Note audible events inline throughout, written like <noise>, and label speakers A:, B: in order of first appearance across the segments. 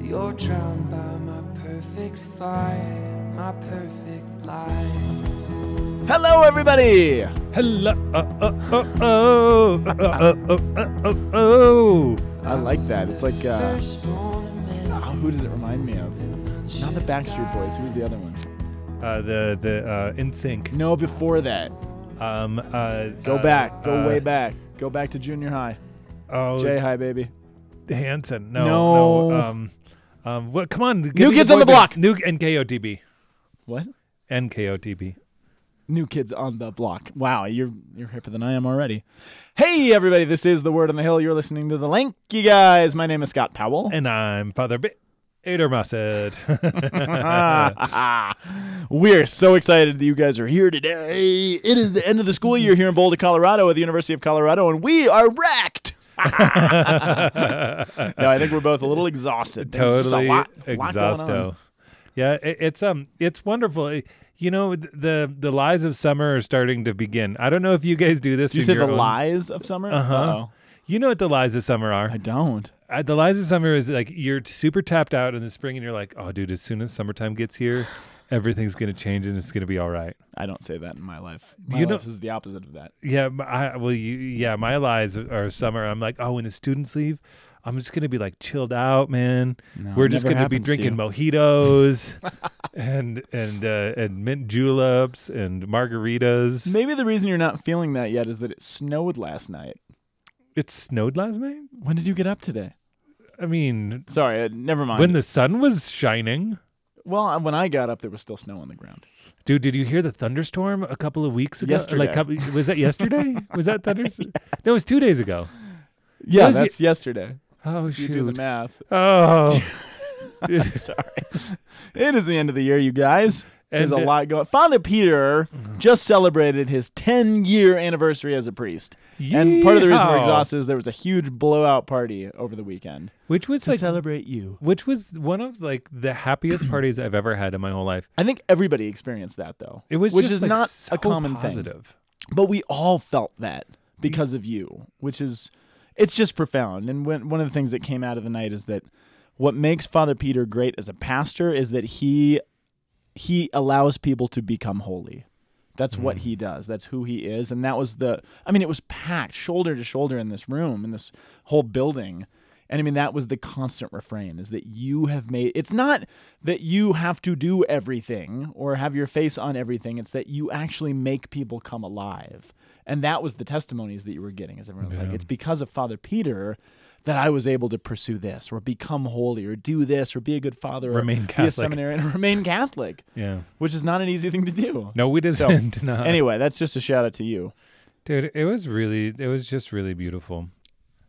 A: You're drowned by my perfect fire, my perfect lie.
B: Hello, everybody.
C: Hello. Uh, uh, uh, oh, uh, uh, uh, uh, uh, oh.
B: I like that. It's like, uh,
A: Firstborn of
B: oh,
A: men,
B: who does it remind me of? Not the Backstreet Boys. Who's the other one?
C: Uh, the the uh, in sync.
B: No, before that.
C: Um, uh,
B: Go
C: uh,
B: back. Go
C: uh,
B: way back. Go back to junior high.
C: Oh,
B: J high, baby.
C: Hanson. No,
B: No.
C: no. Um, um, what? Come on. give
B: New
C: me
B: Kids on
C: boy
B: the
C: band.
B: Block.
C: New and KODB.
B: What?
C: And KODB.
B: New kids on the block. Wow, you're you're hipper than I am already. Hey, everybody. This is the Word on the Hill. You're listening to the Lanky Guys. My name is Scott Powell.
C: And I'm Father B- Ader <laughs> Massad.
B: <laughs> We're so excited that you guys are here today. It is the end of the school year here in Boulder, Colorado, at the University of Colorado, and we are wrecked. <laughs> no, I think we're both a little exhausted. There's just a
C: totally
B: lot- lot going on.
C: exhausto. Yeah, it, it's um, it's wonderful. It- you know, th- the the lies of summer are starting to begin. I don't know if you guys do this.
B: Did you
C: in
B: say
C: your
B: the
C: own-
B: lies of summer?
C: Uh-huh.
B: Uh-oh.
C: You know what the lies of summer are?
B: I don't.
C: Uh, the lies of summer is like you're super tapped out in the spring and you're like, oh, dude, as soon as summertime gets here, everything's going to change and it's going to be all right.
B: I don't say that in my life. My
C: You know-
B: life is the opposite of that.
C: Yeah. m- I, well, you, yeah, my lies are summer. I'm like, oh, when the students leave, I'm just going to be like chilled out, man.
B: No,
C: We're
B: it
C: just
B: never
C: going to be
B: happens to
C: drinking
B: you.
C: mojitos
B: <laughs>
C: and, and, uh, and mint juleps and margaritas.
B: Maybe the reason you're not feeling that yet is that it snowed last night.
C: It snowed last night.
B: When did you get up today?
C: I mean,
B: Sorry, uh, never mind.
C: when the sun was shining.
B: well, uh, when I got up, there was still snow on the ground.
C: Dude, did you hear the thunderstorm a couple of weeks ago?
B: Yesterday.
C: Like, couple, was that yesterday? was that
B: <laughs>
C: thunderstorm? No, it was two days ago.
B: Yeah,
C: Those ye-
B: that's yesterday.
C: Oh
B: You do the
C: shoot!
B: math.
C: Oh, Dude.
B: <laughs>
C: <laughs>
B: Sorry. it is the end of the year, you guys. There's
C: And,
B: a
C: uh,
B: lot going. Father Peter just celebrated his 10 year anniversary as a priest, and part of the reason we're
C: Yeehaw.
B: exhausted is there was a huge blowout party over the weekend
C: which was like,
B: celebrate you.
C: which was one of like
B: <clears throat>
C: the happiest parties I've ever had in my whole life.
B: I think everybody experienced that though.
C: It was
B: which
C: just
B: is
C: like,
B: not
C: so
B: a common thing,
C: positive.
B: but we all felt that because of you, which is it's just profound. And when, one of the things that came out of the night is that what makes Father Peter great as a pastor is that he he allows people to become holy. That's what
C: Mm.
B: he does. That's who he is. And that was the I mean, it was packed shoulder to shoulder in this room, in this whole building. And I mean, that was the constant refrain is that you have made it's not that you have to do everything or have your face on everything. It's that you actually make people come alive. And that was the testimonies that you were getting, as everyone was like, it's because of Father Peter that I was able to pursue this or become holy or do this or be a good father
C: Remain
B: or be a
C: Catholic.
B: seminarian and <laughs> remain Catholic
C: Yeah.
B: which is not an easy thing to do.
C: No, we didn't. <laughs> not.
B: Anyway, that's just a shout out to you.
C: dude, it was really, it was just really beautiful.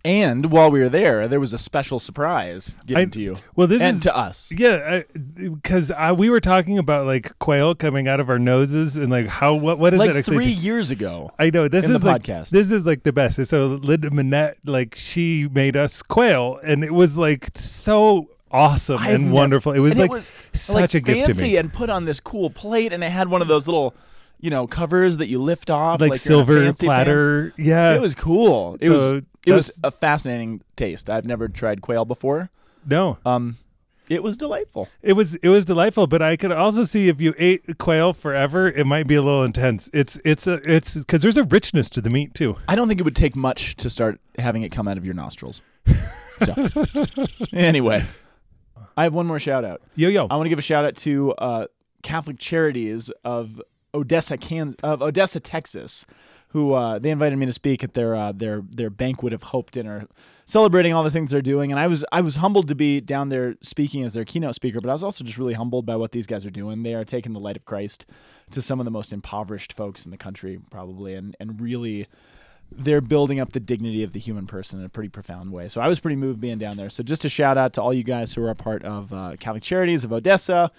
B: And while we were there, there was a special surprise given
C: I-
B: to you
C: Well, this
B: and
C: is
B: to us.
C: yeah, because we were talking about like quail coming out of our noses and like how what what is
B: Like
C: it actually?
B: three years ago.
C: I know this
B: in the
C: is like,
B: podcast.
C: This is like the best. So Linda Minette, like she made us quail, and it was like so awesome
B: I've
C: and
B: nev-
C: wonderful. It was
B: and
C: like such
B: like,
C: a gift
B: fancy
C: to me.
B: and put on this cool plate, and it had one of those little, you know, covers that you lift off, like you're
C: like,
B: in a
C: silver
B: fancy pants.
C: platter. Yeah,
B: It was cool. It was
C: So
B: it was
C: that's-
B: a fascinating taste. I've never tried quail before.
C: no.
B: Um, it was delightful.
C: It was it was delightful, but I could also see if you ate quail forever, it might be a little intense. It's it's a it's because there's a richness to the meat too.
B: I don't think it would take much to start having it come out of your nostrils. So, anyway, I have one more shout out.
C: Yo yo,
B: I want to give a shout out to uh, Catholic Charities of Odessa, Kansas, of Odessa, Texas, who uh, they invited me to speak at their uh, their their banquet of hope dinner, celebrating all the things they're doing. And I was I was humbled to be down there speaking as their keynote speaker, but I was also just really humbled by what these guys are doing. They are taking the light of Christ to some of the most impoverished folks in the country, probably, and and really they're building up the dignity of the human person in a pretty profound way. So I was pretty moved being down there. So just a shout out to all you guys who are a part of uh, Catholic Charities of Odessa.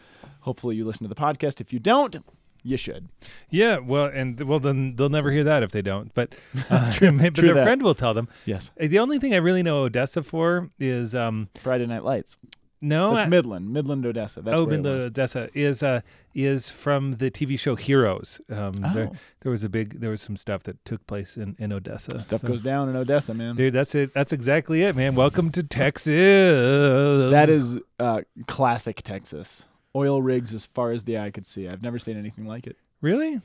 B: Hopefully you listen to the podcast. If you don't, you should.
C: yeah. Well, and well, then they'll never hear that if they
B: <laughs>
C: don't. But uh, <laughs> but
B: true
C: their
B: that.
C: friend will tell them.
B: Yes.
C: The only thing I really know Odessa for is um,
B: Friday Night Lights.
C: No,
B: That's
C: Oh, I-
B: Midland, Midland, Odessa. That's
C: oh,
B: where it
C: Binda
B: was.
C: Odessa is uh, is from the TV show Heroes. Um, there,
B: Oh.
C: there was a big, there was some stuff that took place in in Odessa.
B: Stuff
C: So-
B: goes down in Odessa, man.
C: dude. That's it. That's exactly it, man. Welcome to Texas.
B: That is uh, classic Texas. Oil rigs as far as the eye could see. I've never seen anything like it.
C: really.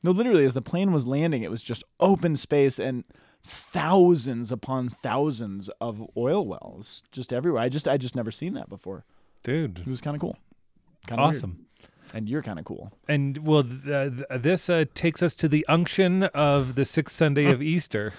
B: No, literally, as the plane was landing, it was just open space and thousands upon thousands of oil wells just everywhere. I just I just never seen that before.
C: Dude,
B: It was kind of cool. Kinda weird.
C: awesome.
B: And you're kind of cool.
C: And well, th- th- this uh, takes us to the unction of the sixth Sunday
B: <laughs>
C: of Easter.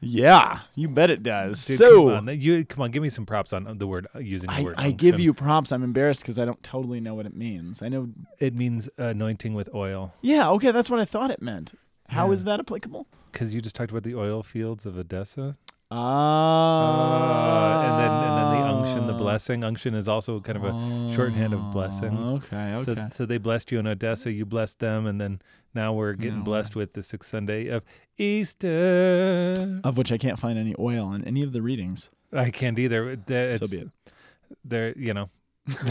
B: Yeah, you bet it does.
C: Dude,
B: so
C: come on, you come on, give me some props on uh, the word using the
B: I,
C: word.
B: I give
C: unction.
B: you props. I'm embarrassed because I don't totally know what it means. I know.
C: It means anointing with oil
B: Yeah, okay, that's what I thought it meant. How is
C: Yeah.
B: that applicable?
C: because you just talked about the oil fields of Odessa,
B: Ah,
C: Uh, and then and then the unction, the blessing. Unction is also kind of a shorthand of blessing.
B: Oh, Okay, okay.
C: So, so they blessed you in Odessa, you blessed them, and then now we're getting
B: Now we're-
C: blessed with the sixth Sunday of Easter.
B: of which I can't find any oil in any of the <laughs> readings.
C: I can't either. It's,
B: so be it.
C: They're, you know,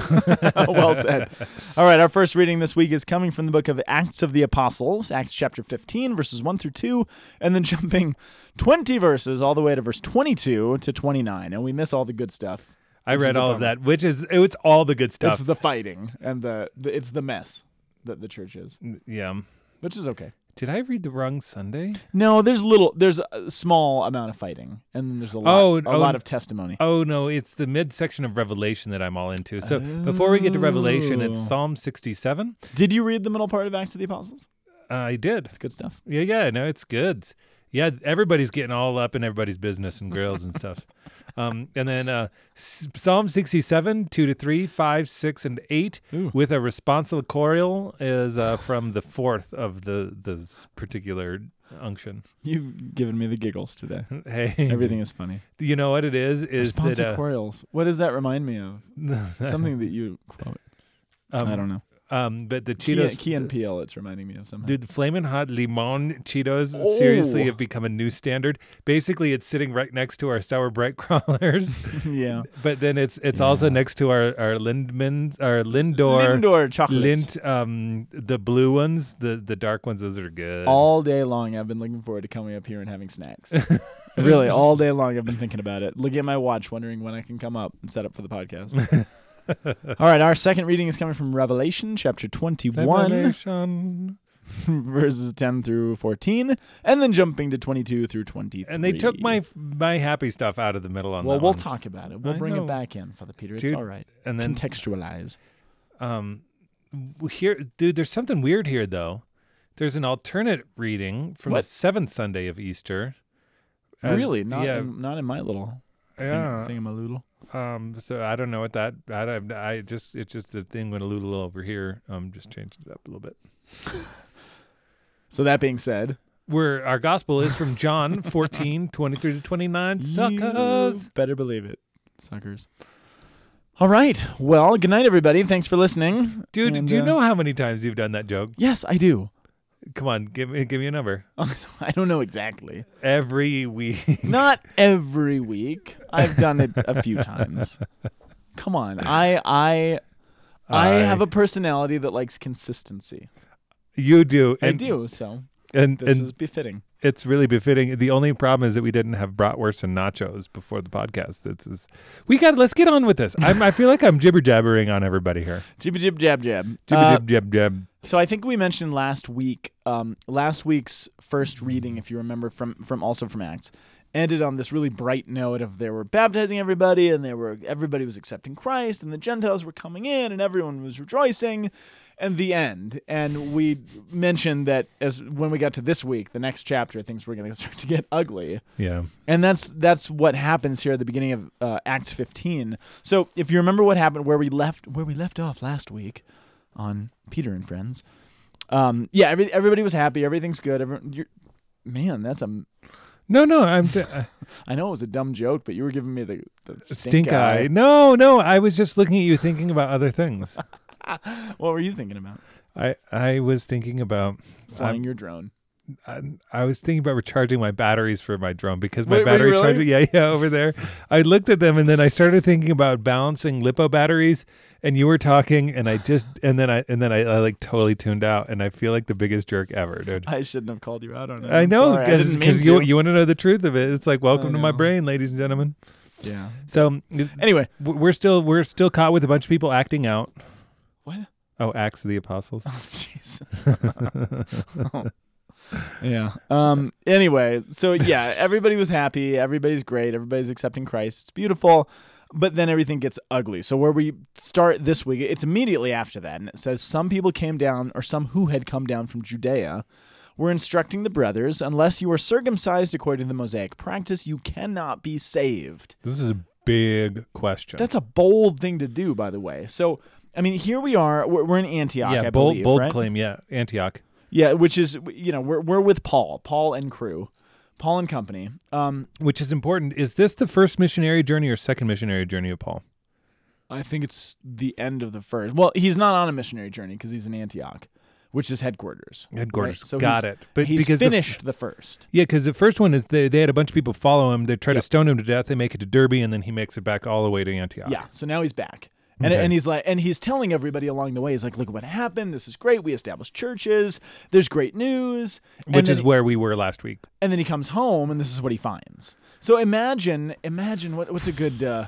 B: well said. All right, our first reading this week is coming from the book of Acts of the Apostles, Acts chapter 15, verses 1 through 2, and then <laughs> jumping 20 verses all the way to verse 22 to 29. And we miss all the good stuff.
C: I
B: Which is
C: read
B: a
C: all of
B: bummer.
C: that, which is it's all the good
B: It's
C: stuff.
B: the fighting and the, the it's the mess that the church is,
C: yeah.
B: which is okay.
C: Did I read the wrong Sunday?
B: No, there's little, there's a small amount of fighting, and then there's a lot,
C: Oh,
B: a
C: oh.
B: lot of testimony.
C: Oh no, it's the midsection of Revelation that I'm all into. So before we get to Revelation, it's
B: Oh.
C: Psalm 67.
B: Did you read the middle part of Acts of the Apostles?
C: I did.
B: It's good stuff.
C: Yeah, yeah, no, it's good. Yeah, everybody's getting all up in everybody's business and grills
B: <laughs>
C: and stuff. Um, and then uh, S- Psalm 67, 2 to 3, 5, 6, and 8,
B: Ooh.
C: with a responsive choral, is uh, from the fourth of the this particular unction. <laughs>
B: You've given me the giggles today.
C: Hey,
B: Everything is funny.
C: You know what it is? Is that
B: Responsive
C: uh,
B: chorales. What does that remind me of?
C: <laughs>
B: Something that you quote.
C: um,
B: I don't know.
C: Um, but the
B: Key,
C: Cheetos,
B: Key and PL, it's reminding me of something.
C: <laughs> Dude, flaming hot limon Cheetos seriously
B: Oh.
C: have become a new standard. Basically, it's sitting right next to our sour bread <laughs> crawlers,
B: yeah.
C: but then it's it's also next to our our Lindman our Lindor
B: Lindor chocolates.
C: Lind um the blue ones the the dark ones those are good.
B: all day long, I've been looking forward to coming up here and having
C: <laughs>
B: snacks. really, all day long, I've been thinking about it. Looking at my watch, wondering when I can come up and set up for the podcast.
C: <laughs>
B: all right, our second reading is coming from Revelation chapter 21.
C: Revelation.
B: <laughs> verses 10 through 14 and then jumping to 22 through 23
C: And they took my my happy stuff out of the middle on
B: well
C: that
B: we'll
C: one.
B: talk about it we'll
C: I
B: bring
C: know.
B: it back in father peter it's
C: Dude,
B: all right
C: and then
B: contextualize
C: um w- here dude there's something weird here though there's an alternate reading from the
B: What?
C: seventh sunday of easter as-
B: really not
C: yeah
B: in, not in my little
C: yeah
B: thing, thingamadoodle
C: um so i don't know what that i don't i just it's just the thing with a little over here um just changed it up a little bit
B: so that being said
C: where our gospel is from john <laughs> 14 23 to 29 suckers
B: you better believe it suckers all right well good night everybody thanks for listening
C: dude
B: And,
C: do you
B: uh,
C: know how many times you've done that joke
B: yes i do <laughs>
C: come on give me give me a number
B: i don't know
C: <laughs>
B: exactly
C: every week
B: not every week i've done it a
C: <laughs>
B: few times come on i i I have a personality that likes consistency.
C: you do and,
B: I do, so
C: and
B: this
C: and
B: is befitting.
C: it's really befitting. The only problem is that we didn't have bratwurst and nachos before the podcast. It's, it's we got. Let's get on with this. I'm, I feel like I'm jibber jabbering on everybody here.
B: Jibba jib jab jab.
C: Jibber
B: Uh,
C: jib jab jab.
B: so I think we mentioned last week, um, last week's first reading, if you remember from from also from Acts, ended on this really bright note of they were baptizing everybody and they were everybody was accepting Christ and the Gentiles were coming in and everyone was rejoicing, and the end. And we mentioned that as when we got to this week, the next chapter, things were going to <laughs> start to get ugly.
C: Yeah.
B: And that's that's what happens here at the beginning of uh, Acts 15. So if you remember what happened where we left where we left off last week on Peter and Friends, um, yeah, every, everybody was happy, everything's good. Everyone, you're, man, that's a
C: No, no. I'm uh, t-
B: I know it was a dumb joke, but you were giving me the, the
C: <laughs> stink eye. No, no. I was just looking at you, thinking about other things.
B: What were you thinking about?
C: I I was thinking about.
B: Flying
C: I'm-
B: your drone.
C: I, I was thinking about recharging my batteries for my drum because
B: Wait, were you
C: my battery
B: really?
C: charger, yeah, yeah, over there. I looked at them and then I started thinking about balancing lipo batteries. And you were talking, and I just, and then I, and then I, I like totally tuned out, and I feel like the biggest jerk ever, dude.
B: I shouldn't have called you out on it.
C: I
B: I'm
C: know
B: sorry. I didn't mean
C: you
B: to.
C: you want to know the truth of it. It's like welcome to my
B: know.
C: brain, ladies and gentlemen.
B: yeah.
C: So it-
B: Anyway,
C: w- we're still we're still caught with a bunch of people acting out.
B: what?
C: Oh, Acts of the Apostles.
B: <laughs> Oh, jeez. yeah. Um. Anyway, so yeah, everybody was happy. Everybody's great. Everybody's accepting Christ. It's beautiful. But then everything gets ugly. So where we start this week, it's immediately after that, and it says some people came down, or some who had come down from Judea, were instructing the brothers, unless you are circumcised according to the Mosaic practice, you cannot be saved.
C: This is a big question.
B: That's a bold thing to do, by the way. So, I mean, here we are. We're, we're in Antioch.
C: yeah,
B: I
C: bold
B: believe,
C: bold
B: right?
C: claim. Yeah, Antioch.
B: Yeah, which is you know we're we're with Paul, Paul and crew, Paul and company. Um,
C: which is important. Is this the first missionary journey or second missionary journey of Paul?
B: I think it's the end of the first. Well, he's not on a missionary journey because he's in Antioch, which is headquarters.
C: Headquarters.
B: Right? So
C: Got
B: he's-
C: it. But
B: he's
C: because the f-
B: finished the, first.
C: Yeah, because the first one is they, they had a bunch of people follow him. They try to stone him to death. They make it to Derby, and then he makes it back all the way to Antioch.
B: Yeah. So now he's back. And,
C: Okay.
B: and he's like and he's telling everybody along the way he's like look what happened this is great we established churches there's great news And
C: which
B: then
C: is where we were last week.
B: and then he comes home and this is what he finds so imagine imagine what, what's a good uh,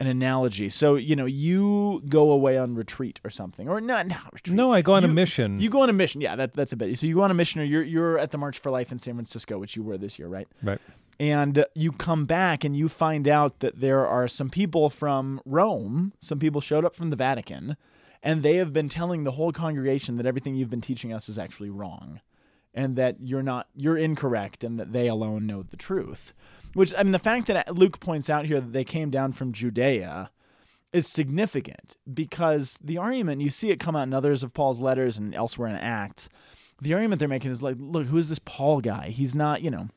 B: an analogy so you know you go away on retreat or something or not not retreat
C: No, I go on a
B: You-
C: mission.
B: you go on a mission yeah that, that's a bit so you go on a mission or you're, you're at the march for life in san francisco which you were this year right
C: right.
B: and you come back and you find out that there are some people from Rome, some people showed up from the Vatican, and they have been telling the whole congregation that everything you've been teaching us is actually wrong and that you're not you're incorrect and that they alone know the truth. Which I mean the fact that Luke points out here that they came down from Judea is significant because the argument you see it come out in others of Paul's letters and elsewhere in Acts. The argument they're making is like, look, who is this Paul guy? He's not, you know,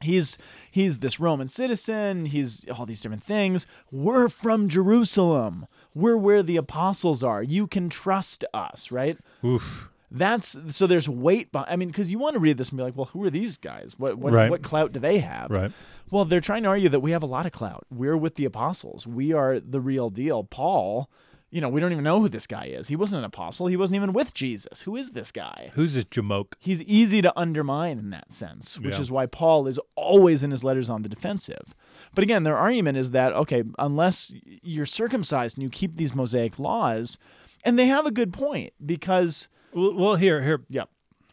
B: he's he's this Roman citizen. He's all these different things. We're from Jerusalem. We're where the apostles are. You can trust us, right?
C: Oof.
B: That's so. There's weight. By, I mean, because you want to read this and be like, well, who are these guys? What what,
C: Right.
B: what clout do they have?
C: Right.
B: Well, they're trying to argue that we have a lot of clout. We're with the apostles. We are the real deal. Paul, you know, we don't even know who this guy is. He wasn't an apostle. He wasn't even with Jesus. Who is this guy?
C: Who's this Jamoke?
B: He's easy to undermine in that sense, which
C: Yeah.
B: is why Paul is always in his letters on the defensive. But again, their argument is that, okay, unless you're circumcised and you keep these Mosaic laws, and they have a good point because,
C: Well, well, here, here.
B: yeah,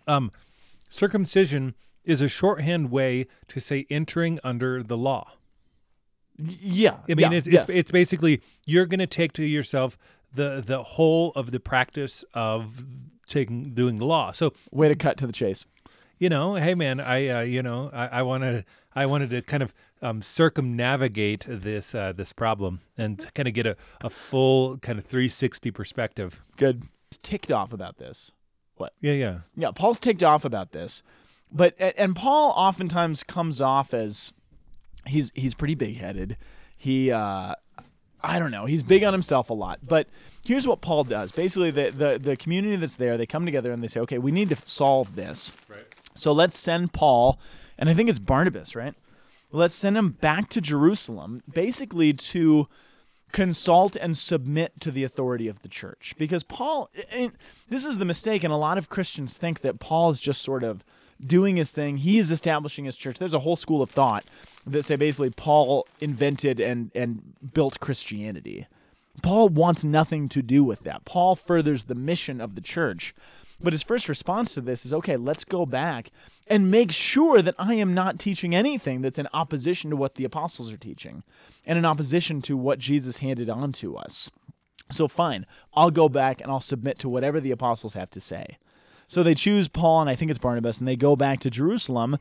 C: Um, circumcision is a shorthand way to say entering under the law.
B: yeah.
C: I mean,
B: yeah,
C: it's,
B: yes.
C: it's it's basically you're going to take to yourself the the whole of the practice of taking doing the law. So
B: way to cut to the chase.
C: you know, hey man, I uh, you know I, I wanted I wanted to kind of um, circumnavigate this uh, this problem and to kind of get a, a full kind of 360 perspective.
B: Good. He's ticked off about this.
C: Yeah, yeah.
B: Yeah, Paul's ticked off about this, but a- and Paul oftentimes comes off as he's he's pretty big headed. He uh, I don't know. He's big on himself a lot. But here's what Paul does. Basically, the the, the community that's there, they come together and they say, okay, we need to solve this. Right. So let's send Paul, and I think it's Barnabas, right? Let's send him back to Jerusalem, basically to consult and submit to the authority of the church. Because Paul, and this is the mistake, and a lot of Christians think that Paul is just sort of doing his thing. He is establishing his church. There's a whole school of thought that say basically Paul invented and, and built Christianity. Paul wants nothing to do with that. Paul furthers the mission of the church. But his first response to this is okay, let's go back and make sure that I am not teaching anything that's in opposition to what the apostles are teaching and in opposition to what Jesus handed on to us. So, fine, I'll go back and I'll submit to whatever the apostles have to say. So they choose Paul and I think it's Barnabas, and they go back to Jerusalem.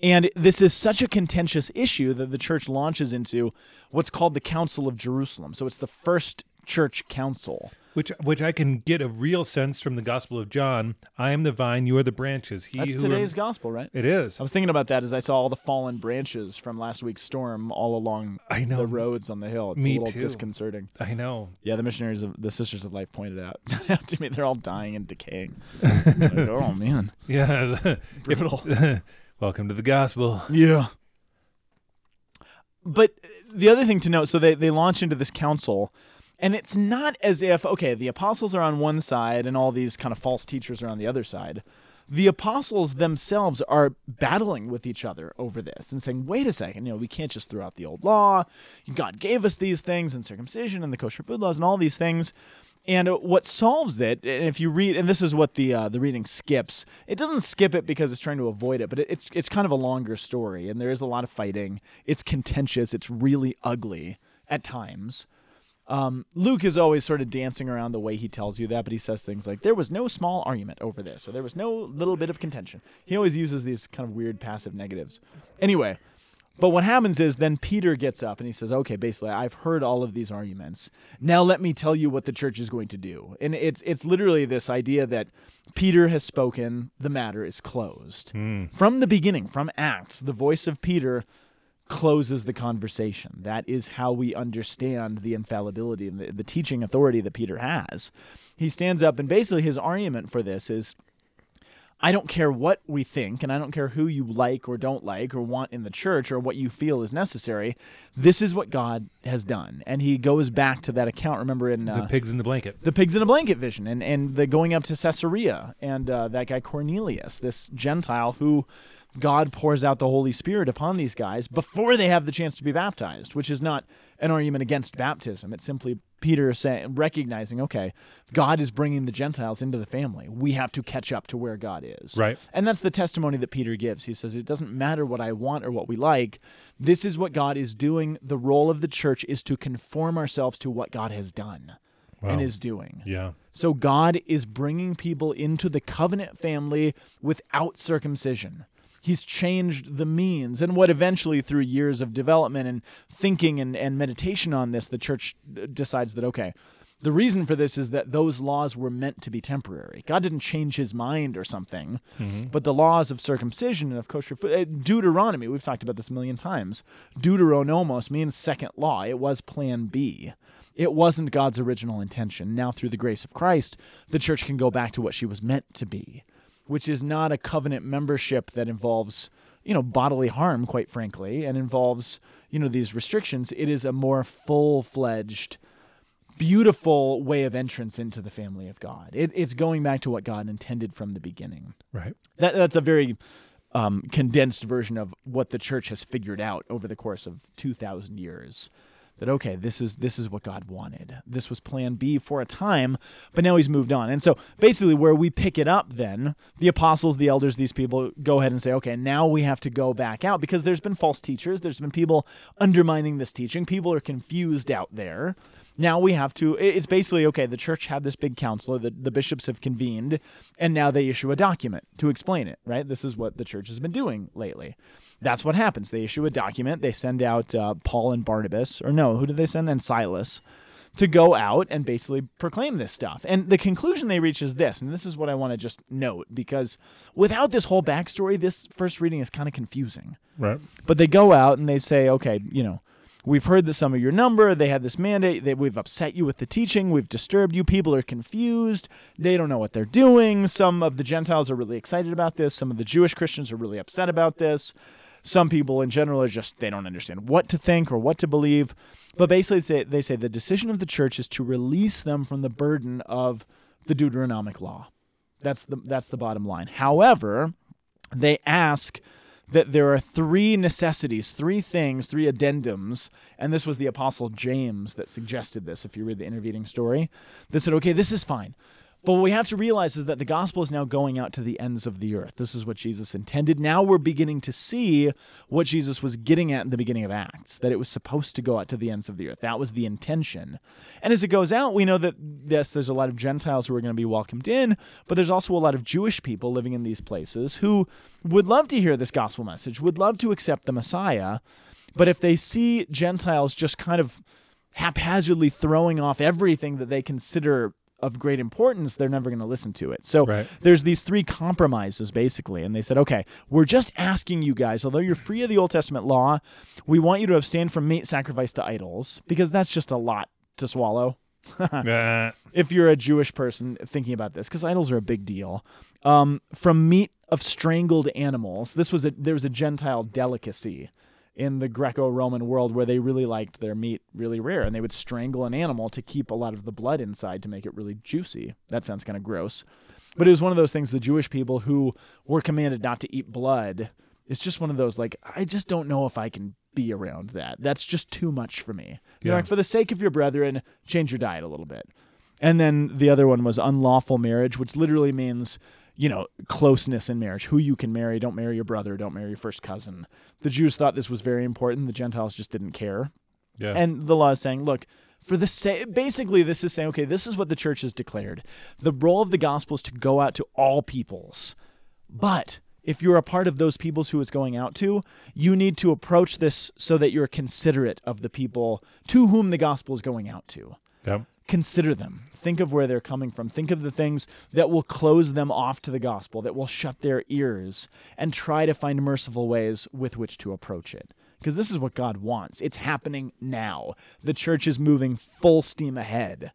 B: And this is such a contentious issue that the church launches into what's called the Council of Jerusalem. So it's the first church council.
C: which which I can get a real sense from the Gospel of John. I am the vine, you are the branches. He
B: That's
C: who
B: today's
C: rem-
B: gospel, right?
C: it is.
B: I was thinking about that as I saw all the fallen branches from last week's storm all along
C: I know.
B: the roads on the hill. It's
C: Me
B: a little
C: too.
B: disconcerting.
C: I know.
B: Yeah, the missionaries of the Sisters of Life pointed out <laughs> to me they're all dying and
C: <laughs>
B: decaying. Like, oh man,
C: Yeah. <laughs>
B: brutal.
C: Welcome to the gospel.
B: Yeah. But the other thing to note, so they, they launch into this council, and it's not as if, okay, the apostles are on one side and all these kind of false teachers are on the other side. The apostles themselves are battling with each other over this and saying, wait a second, you know, we can't just throw out the old law. God gave us these things and circumcision and the kosher food laws and all these things. And uh, what solves it, and if you read, and this is what the uh, the reading skips, it doesn't skip it because it's trying to avoid it, but it, it's it's kind of a longer story, and there is a lot of fighting. It's contentious. It's really ugly at times. Um, Luke is always sort of dancing around the way he tells you that, but he says things like "there was no small argument over this," or "there was no little bit of contention." He always uses these kind of weird passive negatives. Anyway, but what happens is then Peter gets up and he says, "Okay, basically, I've heard all of these arguments. Now let me tell you what the church is going to do." And it's it's literally this idea that Peter has spoken, the matter is closed. From the beginning, from Acts, the voice of Peter closes the conversation. That is how we understand the infallibility and the, the teaching authority that Peter has. He stands up and basically his argument for this is I don't care what we think, and I don't care who you like or don't like or want in the church or what you feel is necessary. This is what God has done, and He goes back to that account. Remember in uh,
C: The pigs in the blanket.
B: the pigs in a blanket vision and, and the going up to Caesarea and uh, that guy Cornelius, this Gentile who God pours out the Holy Spirit upon these guys before they have the chance to be baptized, which is not an argument against baptism. It's simply Peter saying, recognizing, okay, God is bringing the Gentiles into the family. We have to catch up to where God is.
C: Right.
B: And that's the testimony that Peter gives. He says, It doesn't matter what I want or what we like. This is what God is doing. The role of the church is to conform ourselves to what God has done and
C: Wow.
B: is doing.
C: Yeah.
B: So God is bringing people into the covenant family without circumcision. He's changed the means, and what eventually, through years of development and thinking and, and meditation on this, the church uh, decides that, okay, the reason for this is that those laws were meant to be temporary. God didn't change his mind or something, but the laws of circumcision and of kosher food, uh, Deuteronomy, we've talked about this a million times. Deuteronomos means second law, it was plan B. It wasn't God's original intention. Now, through the grace of Christ, the church can go back to what she was meant to be, which is not a covenant membership that involves, you know, bodily harm, quite frankly, and involves, you know, these restrictions. It is a more full fledged, beautiful way of entrance into the family of God. It, it's going back to what God intended from the beginning.
C: Right.
B: That, that's a very um, condensed version of what the church has figured out over the course of 2,000 years. That okay, this is this is what God wanted. This was Plan B for a time, but now He's moved on. And so basically, where we pick it up, then the apostles, the elders, these people go ahead and say, okay, now we have to go back out because there's been false teachers, there's been people undermining this teaching. People are confused out there. Now we have to. it- It's basically okay. The church had this big council. The, the bishops have convened, and now they issue a document to explain it. Right. This is what the church has been doing lately. That's what happens. They issue a document. They send out uh, Paul and Barnabas, or no, who did they send? And Silas to go out and basically proclaim this stuff. And the conclusion they reach is this, and this is what I want to just note because without this whole backstory, this first reading is kind of confusing.
C: Right.
B: But they go out and they say, okay, you know, we've heard that some of your number, they had this mandate, that we've upset you with the teaching, we've disturbed you, people are confused, they don't know what they're doing. Some of the Gentiles are really excited about this, some of the Jewish Christians are really upset about this. Some people in general are just they don't understand what to think or what to believe. But basically they say, they say the decision of the church is to release them from the burden of the Deuteronomic law. That's the that's the bottom line. However, they ask that there are three necessities, three things, three addendums, and this was the apostle James that suggested this if you read the intervening story. That said, okay, this is fine. But what we have to realize is that the gospel is now going out to the ends of the earth. This is what Jesus intended. Now we're beginning to see what Jesus was getting at in the beginning of Acts, that it was supposed to go out to the ends of the earth. That was the intention. And as it goes out, we know that, yes, there's a lot of Gentiles who are going to be welcomed in, but there's also a lot of Jewish people living in these places who would love to hear this gospel message, would love to accept the Messiah. But if they see Gentiles just kind of haphazardly throwing off everything that they consider of great importance, they're never going to listen to it. So
C: Right.
B: there's these three compromises basically, and they said, okay, we're just asking you guys, although you're free of the Old Testament law, we want you to abstain from meat sacrificed to idols because that's just a lot to swallow.
C: Uh,
B: if you're a Jewish person thinking about this, because idols are a big deal, um, from meat of strangled animals. This was a there was a Gentile delicacy in the Greco-Roman world where they really liked their meat really rare, and they would strangle an animal to keep a lot of the blood inside to make it really juicy. That sounds kind of gross, but it was one of those things. The Jewish people who were commanded not to eat blood. It's just one of those like I just don't know if I can be around that. That's just too much for me. They're
C: Yeah.
B: like, for the sake of your brethren, change your diet a little bit. And then the other one was unlawful marriage, which literally means, you know, closeness in marriage, who you can marry. Don't marry your brother. Don't marry your first cousin. The Jews thought this was very important. The Gentiles just didn't care.
C: yeah.
B: And the law is saying, look, for the sa- basically, this is saying, okay, this is what the church has declared. The role of the gospel is to go out to all peoples. But if you're a part of those peoples who it's going out to, you need to approach this so that you're considerate of the people to whom the gospel is going out to
C: Yep.
B: consider them. Think of where they're coming from. Think of the things that will close them off to the gospel, that will shut their ears, and try to find merciful ways with which to approach it. Because this is what God wants. It's happening now. The church is moving full steam ahead.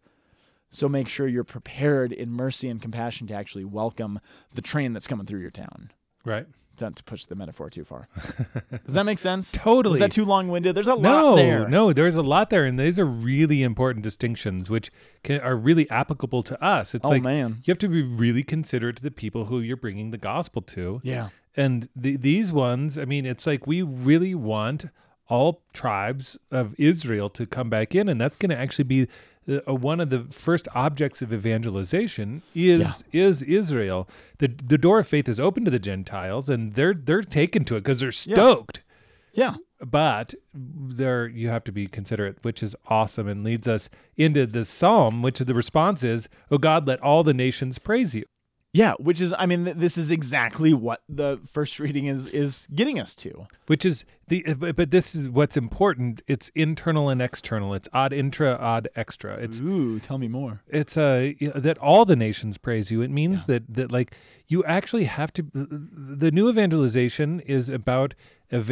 B: So make sure you're prepared in mercy and compassion to actually welcome the train that's coming through your town.
C: Right.
B: Not to push the metaphor too
C: <laughs>
B: far. Does that make sense?
C: Totally.
B: Was that too long winded? There's a
C: no,
B: lot there.
C: no, there's a lot there, and these are really important distinctions, which can, are really applicable to us. It's
B: Oh,
C: like
B: man.
C: you have to be really considerate to the people who you're bringing the gospel to.
B: Yeah.
C: and the, these ones, I mean, it's like we really want all tribes of Israel to come back in, and that's going to actually be uh, uh, one of the first objects of evangelization is is Israel. the The door of faith is open to the Gentiles, and they're they're taken to it because they're stoked
B: Yeah.
C: but there you have to be considerate which is awesome and leads us into the psalm which the response is oh god let all the nations praise you
B: Yeah, which is I mean th- this is exactly what the first reading is is getting us to.
C: which is the but but this is what's important it's internal and external it's odd intra odd extra it's
B: Ooh, tell me more.
C: it's uh, y- that all the nations praise you. It means that that like you actually have to. The new evangelization is about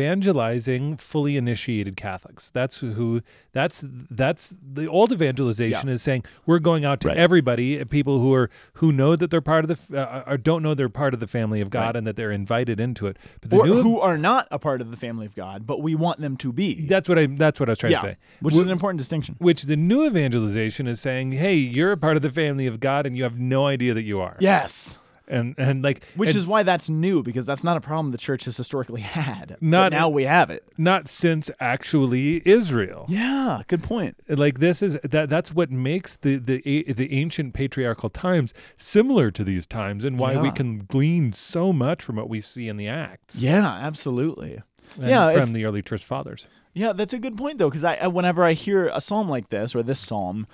C: evangelizing fully initiated Catholics. That's who. That's that's the old evangelization is saying we're going out to
B: Right.
C: everybody, uh, people who are who know that they're part of the f- uh, or don't know they're part of the family of God and that they're invited into it. But the
B: Or
C: new
B: who are not a part of the family of God, but we want them to be.
C: that's what I that's what I was trying
B: yeah,
C: to say.
B: which is an important distinction.
C: Which the new evangelization is saying, hey, you're a part of the family of God, and you have no idea that you are.
B: Yes,
C: and and like
B: which
C: and
B: is why that's new because that's not a problem the church has historically had. but
C: Not-
B: now we have it.
C: not since actually Israel.
B: Yeah, good point.
C: Like this is that that's what makes the the a- the ancient patriarchal times similar to these times and why we
B: Yeah.
C: can glean so much from what we see in the acts.
B: Yeah, absolutely.
C: and
B: yeah, it's-
C: from the early church fathers.
B: Yeah, that's a good point though, because I, I whenever I hear a psalm like this or this psalm,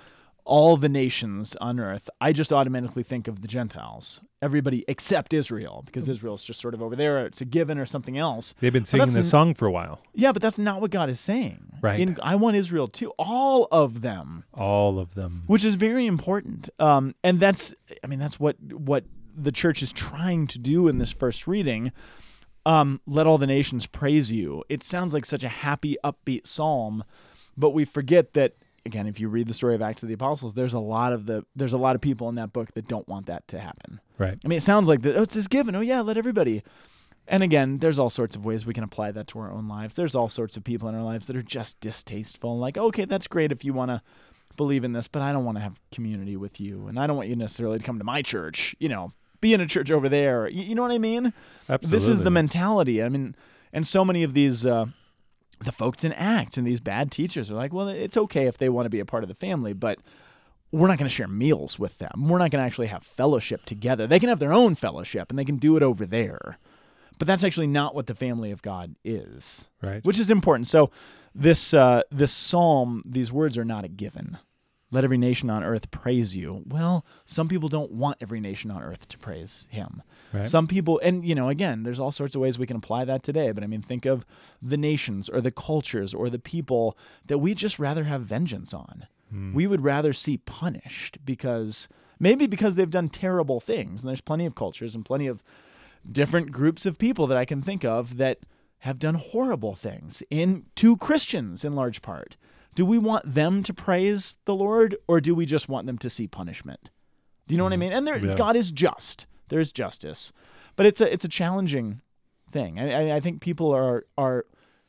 B: all the nations on earth, I just automatically think of the Gentiles, everybody except Israel, because Israel's just sort of over there. Or it's a given or something else.
C: Mm. They've been
B: But
C: singing
B: that's
C: this
B: n-
C: song for a while.
B: Yeah, but that's not what God is saying.
C: Right.
B: In, I want Israel too, all of them
C: All of them.
B: which is very important. Um, and that's, I mean, that's what what the church is trying to do in this first reading. Um, Let all the nations praise you. It sounds like such a happy, upbeat psalm, but we forget that again. If you read the story of Acts of the Apostles, there's a lot of the there's a lot of people in that book that don't want that to happen.
C: Right.
B: I mean, it sounds like that. Oh, it's just given. Oh yeah, let everybody. And again, there's all sorts of ways we can apply that to our own lives. There's all sorts of people in our lives that are just distasteful and like, okay, that's great if you want to believe in this, but I don't want to have community with you, and I don't want you necessarily to come to my church. You know, be in a church over there. You, you know what I mean?
C: Absolutely.
B: This is the mentality. I mean, and so many of these, uh, the folks in Acts and these bad teachers are like, well, it's okay if they want to be a part of the family, but we're not going to share meals with them. We're not going to actually have fellowship together. They can have their own fellowship and they can do it over there. But that's actually not what the family of God is,
C: Right.
B: which is important. So, this uh, this psalm, these words are not a given. Let every nation on earth praise you. Well, some people don't want every nation on earth to praise him.
C: Right.
B: Some people, and you know, again, there's all sorts of ways we can apply that today. But I mean, think of the nations or the cultures or the people
C: Hmm.
B: that we just rather have vengeance on. We would rather see punished because Maybe because they've done terrible things, and there's plenty of cultures and plenty of different groups of people that I can think of that have done horrible things in to Christians in large part. Do we want them to praise the Lord or do we just want them to see punishment? Do you know what I mean? And there,
C: Yeah.
B: God is just. There is justice, but it's a it's a challenging thing. I, I- I think people are are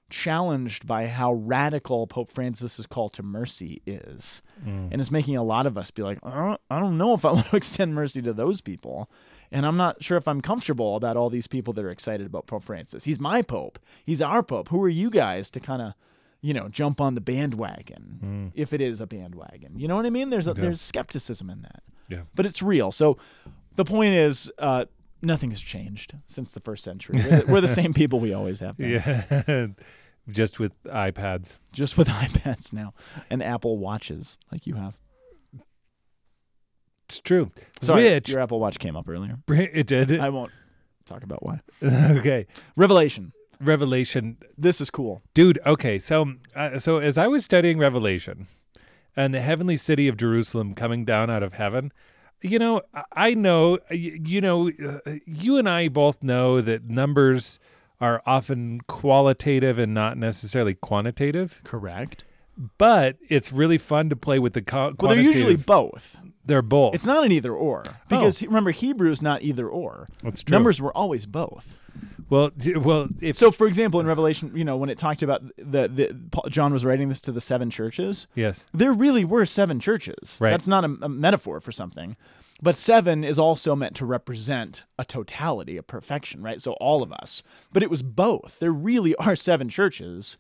B: challenged by how radical Pope Francis's call to mercy is, and it's making a lot of us be like, I don't, I don't know if I <laughs> want to extend mercy to those people, and I'm not sure if I'm comfortable about all these people that are excited about Pope Francis. He's my pope. He's our pope. Who are you guys to kind of you know, jump on the
C: Mm.
B: bandwagon if it is a bandwagon. You know what I mean? There's a, there's skepticism in that
C: Yeah.
B: but it's real. So the point is, uh, nothing has changed since the first century. We're the, we're the
C: <laughs>
B: same people we always have been,
C: Yeah. <laughs> Just with iPads.
B: just with <laughs> iPads now and Apple watches like you have.
C: It's true.
B: Sorry,
C: Which
B: your Apple Watch came up earlier.
C: <laughs> it did.
B: I won't talk about why.
C: <laughs> okay.
B: Revelation.
C: Revelation
B: This is cool.
C: dude okay so uh, so as i was studying revelation and the heavenly city of jerusalem coming down out of heaven you know i, I know you, you know uh, you and i both know that numbers are often qualitative and not necessarily quantitative
B: Correct.
C: but it's really fun to play with the co-
B: Well, they're usually
C: quantitative-
B: both.
C: they're both
B: It's not an either or because he- remember Hebrew is not either or.
C: That's true.
B: Numbers were always both.
C: well d- well if
B: So, for example, in Revelation, you know, when it talked about the, the Paul, John was writing this to the seven churches,
C: yes
B: there really were seven churches.
C: Right.
B: That's not a, a metaphor for something. But seven is also meant to represent a totality, a perfection, right? So all of us. But it was both. There really are seven churches,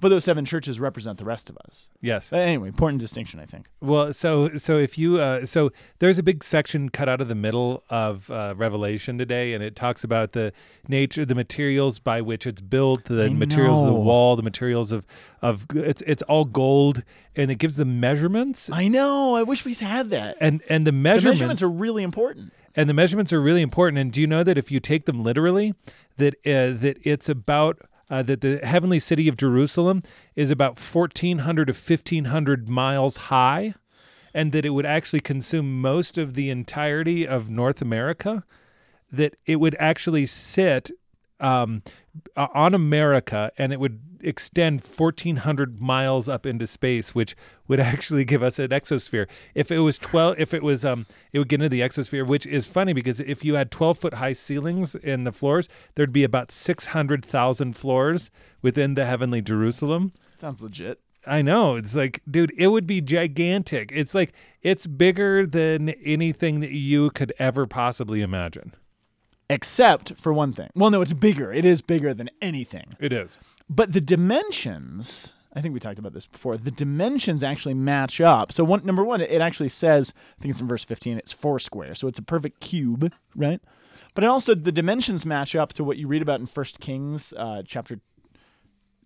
B: but those seven churches represent the rest of us.
C: yes
B: But anyway, important distinction, I think.
C: Well, so so if you uh, so there's a big section cut out of the middle of uh, Revelation today, and it talks about the nature, the materials by which it's built, the materials of the
B: know.
C: wall, the materials of of it's it's all gold, and it gives the measurements,
B: I know. I wish we had that.
C: and and the
B: The
C: measurements,
B: measurements are really important.
C: and the measurements are really important. And do you know that if you take them literally, that uh, that it's about uh, that the heavenly city of Jerusalem is about fourteen hundred to fifteen hundred miles high, and that it would actually consume most of the entirety of North America. That it would actually sit um, uh, on America, and it would extend 1,400 miles up into space, which would <laughs> actually give us an exosphere. If it was 12, if it was, um, it would get into the exosphere, which is funny because if you had 12 foot high ceilings in the floors, there'd be about 600,000 floors within the heavenly Jerusalem.
B: Sounds legit.
C: I know. It's like, dude, it would be gigantic. It's like, it's bigger than anything that you could ever possibly imagine.
B: Except for one thing. Well, no, it's bigger. It is bigger than anything.
C: It is.
B: But the dimensions, I think we talked about this before, the dimensions actually match up. So one number one, it actually says, I think it's in verse 15, it's four square. So it's a perfect cube, right? But it also the dimensions match up to what you read about in First Kings uh, chapter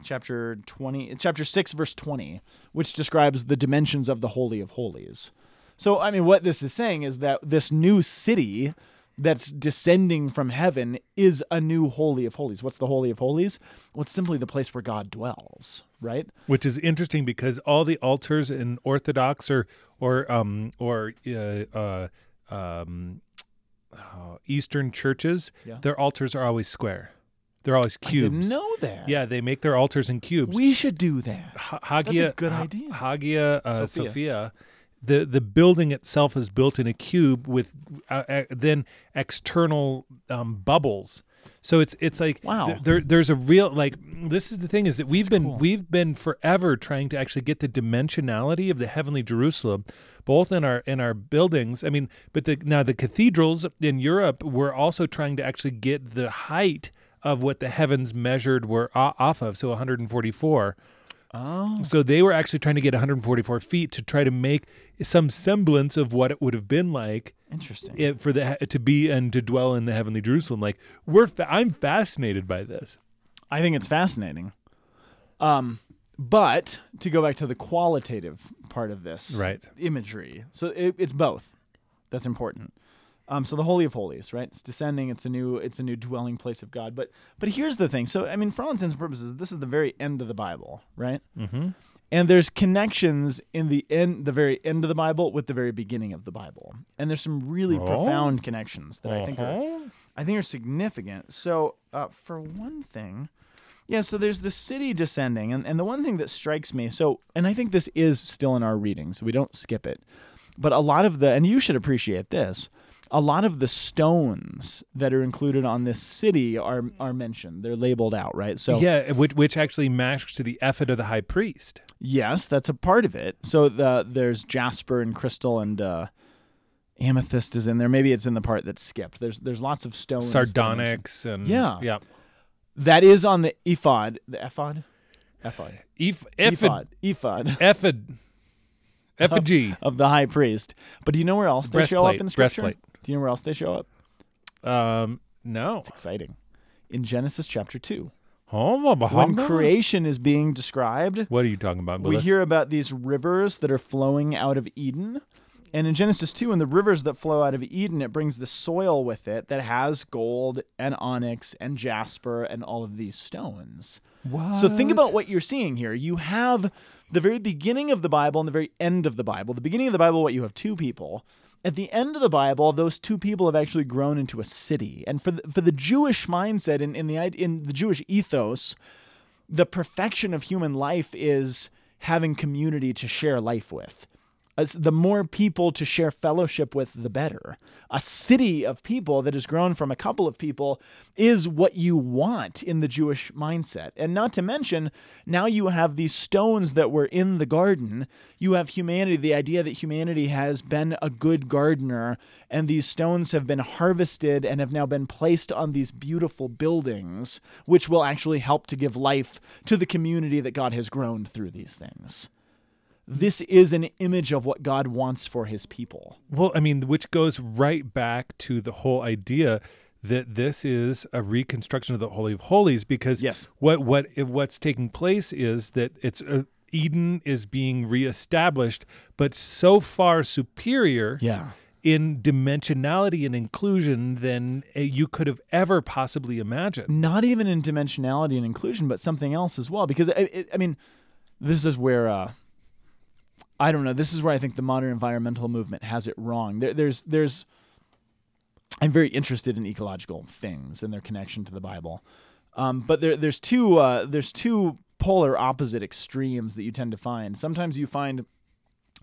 B: chapter 20 chapter 6 verse 20 which describes the dimensions of the holy of holies so i mean what this is saying is that this new city that's descending from heaven is a new holy of holies what's the holy of holies well it's simply the place where god dwells right
C: which is interesting because all the altars in Orthodox or or um or uh, uh, um oh, Eastern churches,
B: Yeah.
C: their altars are always square. They're always
B: didn't
C: cubes.
B: know that
C: Yeah, they make their altars in cubes.
B: we should do that
C: Ha- Hagia,
B: good
C: Ha-
B: idea.
C: Hagia uh,
B: Sophia.
C: Sophia. The the building itself is built in a cube with uh, uh, then external um, bubbles. So it's it's like
B: Wow.
C: there there's a real like this is the thing is that we've been we've been forever trying to actually get the dimensionality of the heavenly Jerusalem both in our in our buildings I mean but the now the cathedrals in Europe were also trying to actually get the height of what the heavens measured were o- off of so 144 so they were actually trying to get 144 feet to try to make some semblance of what it would have been like
B: interesting
C: it, for the to be and to dwell in the heavenly Jerusalem. Like we're, fa- I'm fascinated by this.
B: I think it's fascinating. Um, but to go back to the qualitative part of this,
C: Right.
B: Imagery. So it, it's both. That's important. Um, so the holy of holies, right? It's descending. It's a new. It's a new dwelling place of God. But but here's the thing. So I mean, for all intents and purposes, this is the very end of the Bible, right? Mm-hmm. And there's connections in the end, the very end of the Bible with the very beginning of the Bible, and there's some really
C: Oh.
B: profound connections that I think are
C: Uh-huh.
B: I think are significant. So, uh, for one thing, yeah, so there's the city descending. And, and the one thing that strikes me, so, and I think this is still in our reading, so we don't skip it. But a lot of the, and you should appreciate this, a lot of the stones that are included on this city are, are mentioned. They're labeled out, right? So,
C: Yeah, which which actually matched to the effort of the high priest.
B: Oh, yes, that's a part of it. So, the, there's jasper and crystal and, uh, Amethyst is in there. Maybe it's in the part that's skipped. There's there's lots of stones. that are mentioned.
C: Sardonyx and
B: Yeah.
C: yeah.
B: That is on the ephod. The ephod? Ephod.
C: Eph, ephod,
B: Ephod. Ephod
C: ephod,
B: <laughs>
C: effigy,
B: of the high priest. But do you know where else they show up
C: Breastplate,
B: in scripture?
C: breastplate.
B: Do you know where else they show up?
C: um, no,
B: Exciting. In Genesis chapter 2.
C: oh,
B: When
C: Bahamba?
B: creation is being described,
C: What are you talking about?
B: we
C: Willis?
B: hear about these rivers that are flowing out of Eden. And in Genesis 2, in the rivers that flow out of Eden, it brings the soil with it that has gold and onyx and jasper and all of these stones. So think about what you're seeing here. You have the very beginning of the Bible and the very end of the Bible. The beginning of the Bible, what you have two people. At the end of the Bible, those two people have actually grown into a city. And for the, for the Jewish mindset and in the id- in the Jewish ethos, the perfection of human life is having community to share life with. As the more people to share fellowship with, the better. A city of people that has grown from a couple of people is what you want in the Jewish mindset. And not to mention, now you have these stones that were in the garden. You have humanity, the idea that humanity has been a good gardener, and these stones have been harvested and have now been placed on these beautiful buildings, which will actually help to give life to the community that God has grown through these things this is an image of what God wants for his people.
C: Well, I mean, which goes right back to the whole idea that this is a reconstruction of the Holy of Holies because
B: Yes.
C: what what if what's taking place is that it's uh Eden is being reestablished, but so far superior
B: Yeah.
C: in dimensionality and inclusion than uh, you could have ever possibly imagined.
B: Not even in dimensionality and inclusion, but something else as well. Because, I, I- I mean, this is where, uh, I don't know, this is where I think the modern environmental movement has it wrong. There, there's, there's, I'm very interested in ecological things and their connection to the Bible. Um, but there, there's two, uh, there's two polar opposite extremes that you tend to find. Sometimes you find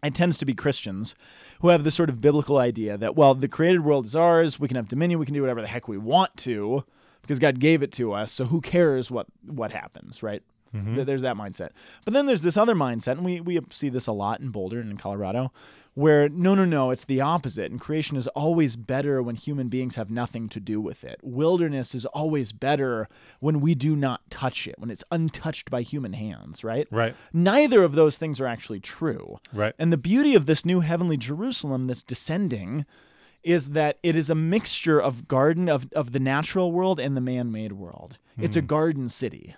B: it tends to be Christians who have this sort of biblical idea that, well, the created world is ours. We can have dominion. We can do whatever the heck we want to because God gave it to us. So who cares what, what happens, right? Th- There's that mindset. But then there's this other mindset, and we, we see this a lot in Boulder and in Colorado, where no, no, no, it's the opposite. And creation is always better when human beings have nothing to do with it. Wilderness is always better when we do not touch it, when it's untouched by human hands, right?
C: Right.
B: Neither of those things are actually true.
C: Right.
B: And the beauty of this new heavenly Jerusalem that's descending is that it is a mixture of garden of, of the natural world and the man-made world. It's a garden city,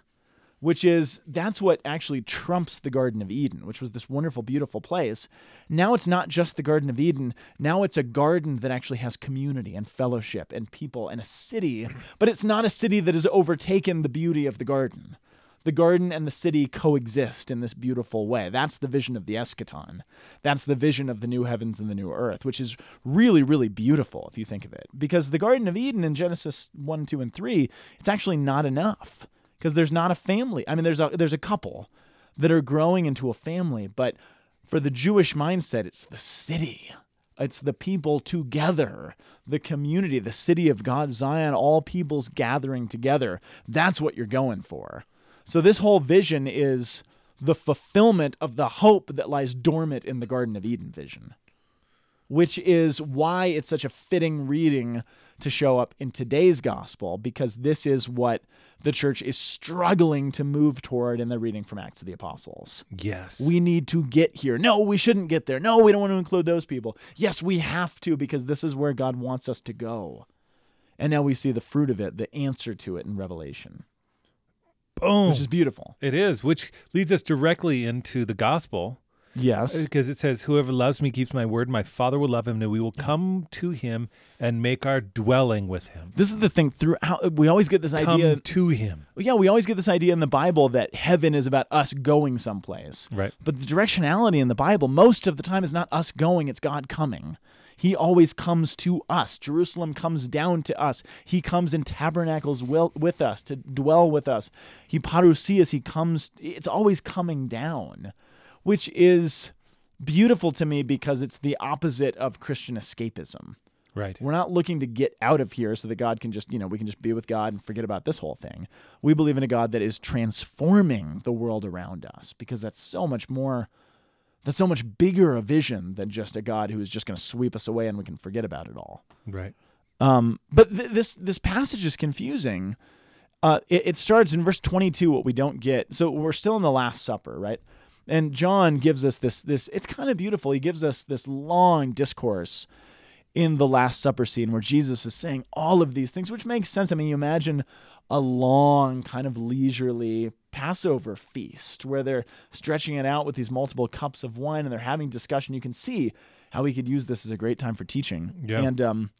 B: which is that's what actually trumps the Garden of Eden, which was this wonderful, beautiful place. Now it's not just the Garden of Eden. Now it's a garden that actually has community and fellowship and people and a city, but it's not a city that has overtaken the beauty of the garden. The garden and the city coexist in this beautiful way. That's the vision of the eschaton. That's the vision of the new heavens and the new earth, which is really, really beautiful if you think of it. Because the Garden of Eden in Genesis 1, 2, and 3, it's actually not enough because there's not a family. I mean, there's a, there's a couple that are growing into a family, but for the Jewish mindset, it's the city. It's the people together, the community, the city of God, Zion, all peoples gathering together. That's what you're going for. So, this whole vision is the fulfillment of the hope that lies dormant in the Garden of Eden vision, which is why it's such a fitting reading to show up in today's gospel, because this is what the church is struggling to move toward in the reading from Acts of the Apostles.
C: Yes.
B: We need to get here. No, we shouldn't get there. No, we don't want to include those people. Yes, we have to because this is where God wants us to go. And now we see the fruit of it, the answer to it in Revelation,
C: boom. Oh.
B: which is beautiful.
C: It is, which leads us directly into the gospel,
B: Yes.
C: Because it says, Whoever loves me keeps my word, my Father will love him, and we will come to him and make our dwelling with him.
B: This is the thing throughout we always get this
C: Come
B: idea
C: to him.
B: yeah, we always get this idea in the Bible that heaven is about us going someplace.
C: Right.
B: But the directionality in the Bible most of the time is not us going, it's God coming. He always comes to us. Jerusalem comes down to us. He comes in tabernacles will, with us to dwell with us. He parousias, he comes it's always coming down, which is beautiful to me because it's the opposite of Christian escapism.
C: Right.
B: We're not looking to get out of here so that God can just, you know, we can just be with God and forget about this whole thing. We believe in a God that is transforming the world around us because that's so much more, that's so much bigger a vision than just a God who is just going to sweep us away and we can forget about it all.
C: Right.
B: Um, but th- this this passage is confusing. Uh, it, it starts in verse 22. What we don't get, so we're still in the Last Supper, right? And John gives us this this. It's kind of beautiful. He gives us this long discourse in the Last Supper scene where Jesus is saying all of these things, which makes sense. I mean, you imagine a long kind of leisurely Passover feast where they're stretching it out with these multiple cups of wine and they're having discussion. You can see how he could use this as a great time for teaching.
C: Yeah.
B: And um,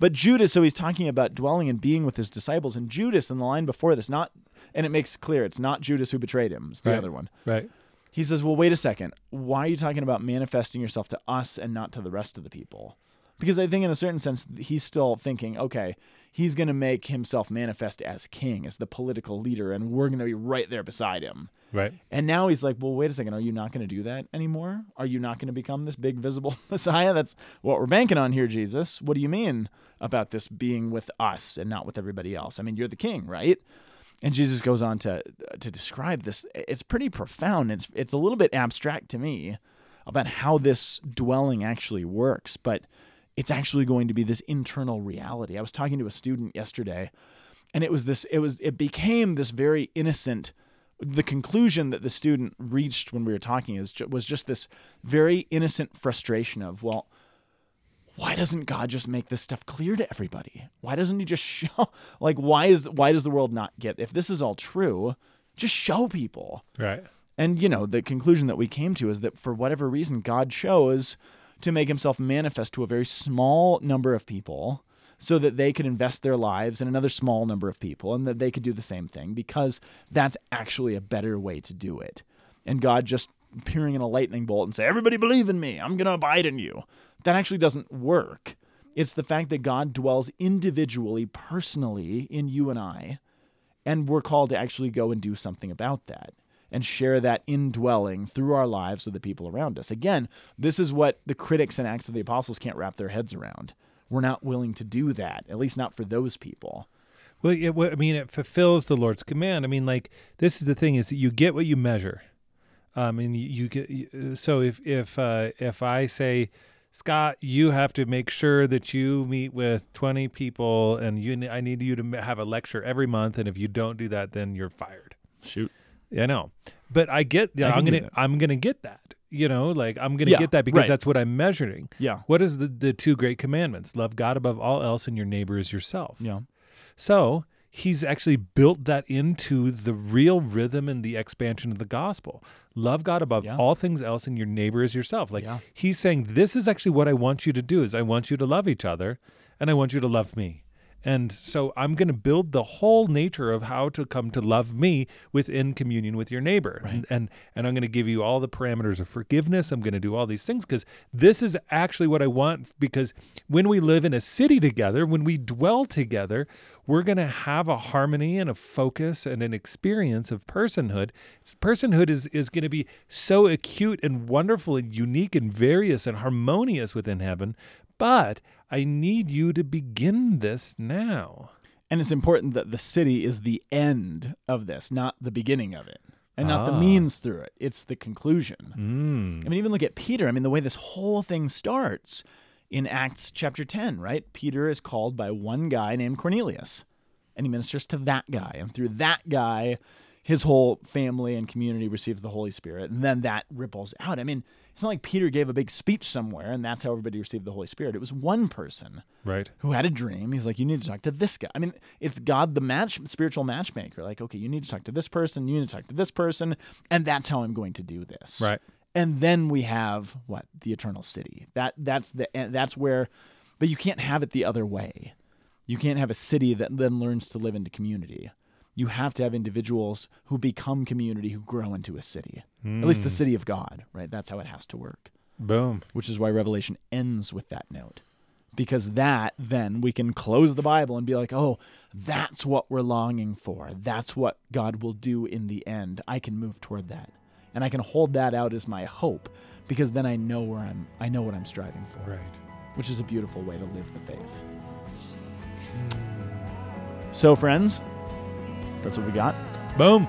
B: but Judas, so he's talking about dwelling and being with his disciples, and Judas in the line before this, not and it makes clear it's not Judas who betrayed him, it's the
C: Right.
B: other one.
C: Right.
B: He says, Well, wait a second. Why are you talking about manifesting yourself to us and not to the rest of the people? Because I think, in a certain sense, he's still thinking, okay, he's going to make himself manifest as king, as the political leader, and we're going to be right there beside him.
C: Right.
B: And now he's like, well, wait a second. Are you not going to do that anymore? Are you not going to become this big visible <laughs> Messiah? That's what we're banking on here, Jesus. What do you mean about this being with us and not with everybody else? I mean, you're the king, right? And Jesus goes on to to describe this. It's pretty profound. It's it's a little bit abstract to me about how this dwelling actually works, but it's actually going to be this internal reality. I was talking to a student yesterday and it was this it was it became this very innocent the conclusion that the student reached when we were talking is ju- was just this very innocent frustration of well why doesn't god just make this stuff clear to everybody why doesn't he just <laughs> show like why is why does the world not get if this is all true just show people
C: Right.
B: and, you know, the conclusion that we came to is that for whatever reason, God chose to make himself manifest to a very small number of people so that they could invest their lives in another small number of people and that they could do the same thing because that's actually a better way to do it. And God just appearing in a lightning bolt and say, Everybody believe in me, I'm going to abide in you. That actually doesn't work. It's the fact that God dwells individually, personally in you and I and we're called to actually go and do something about that and share that indwelling through our lives with the people around us. Again, this is what the critics in Acts of the Apostles can't wrap their heads around. We're not willing to do that, at least not for those people.
C: Well, it, well, I mean, it fulfills the Lord's command. I mean, like this is the thing: is that you get what you measure. Um, and you, you get you- so if if uh, if I say, Scott, you have to make sure that you meet with twenty people, and you ne- I need you to m- have a lecture every month, and if you don't do that, then you're fired.
B: Shoot.
C: I know, but I get. Yeah,
B: I can
C: I'm
B: do
C: gonna.
B: that.
C: I'm gonna get that. You know, like I'm gonna
B: Yeah,
C: get that because
B: right.
C: that's what I'm measuring.
B: Yeah.
C: What is the the two great commandments? Love God above all else, and your neighbor as yourself.
B: Yeah.
C: So he's actually built that into the real rhythm and the expansion of the gospel. Love God above
B: Yeah.
C: all things else and your neighbor as yourself. Like
B: Yeah.
C: he's saying, this is actually what I want you to do is I want you to love each other and I want you to love me. And so I'm going to build the whole nature of how to come to love me within communion with your neighbor. And, and and I'm going to give you all the parameters of forgiveness. I'm going to do all these things because this is actually what I want because when we live in a city together, when we dwell together, we're going to have a harmony and a focus and an experience of personhood. It's- Personhood is is going to be so acute and wonderful and unique and various and harmonious within heaven, but I need you to begin this now.
B: And it's important that the city is the end of this, not the beginning of it, and not the means through it. It's the conclusion. I mean, even look at Peter. I mean, the way this whole thing starts in Acts chapter 10, right? Peter is called by one guy named Cornelius, and he ministers to that guy. And through that guy, his whole family and community receives the Holy Spirit. And then that ripples out. I mean, it's not like Peter gave a big speech somewhere and that's how everybody received the Holy Spirit. It was one person
C: Right.
B: who had a dream. He's like, you need to talk to this guy. I mean, it's God, the match spiritual matchmaker. Like, okay, you need to talk to this person. You need to talk to this person, and that's how I'm going to do this.
C: Right.
B: and then we have what the eternal city. That that's the and that's where, but you can't have it the other way. You can't have a city that then learns to live into community. You have to have individuals who become community who grow into a city. At least the city of God, right? That's how it has to work
C: Boom.
B: which is why Revelation ends with that note. Because that, then, we can close the Bible and be like, oh, that's what we're longing for. That's what God will do in the end. I can move toward that. And I can hold that out as my hope because then I know where I'm I know what I'm striving for,
C: Right.
B: which is a beautiful way to live the faith. So friends, that's what we got.
C: Boom.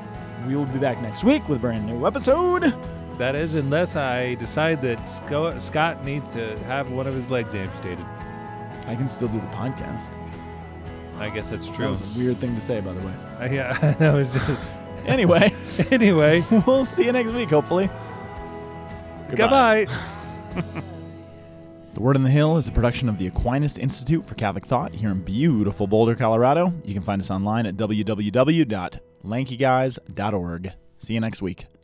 B: We will be back next week with a brand new episode.
C: That is, unless I decide that Sco- Scott needs to have one of his legs amputated.
B: I can still do the podcast.
C: I guess that's
B: That
C: true.
B: was a weird thing to say, by the way.
C: Uh, <laughs> yeah, <laughs> that was just.
B: Anyway.
C: <laughs> Anyway,
B: we'll see you next week, hopefully.
C: goodbye.
B: The Word on the Hill is a production of the Aquinas Institute for Catholic Thought here in beautiful Boulder, Colorado. You can find us online at www.lankyguys.org. See you next week.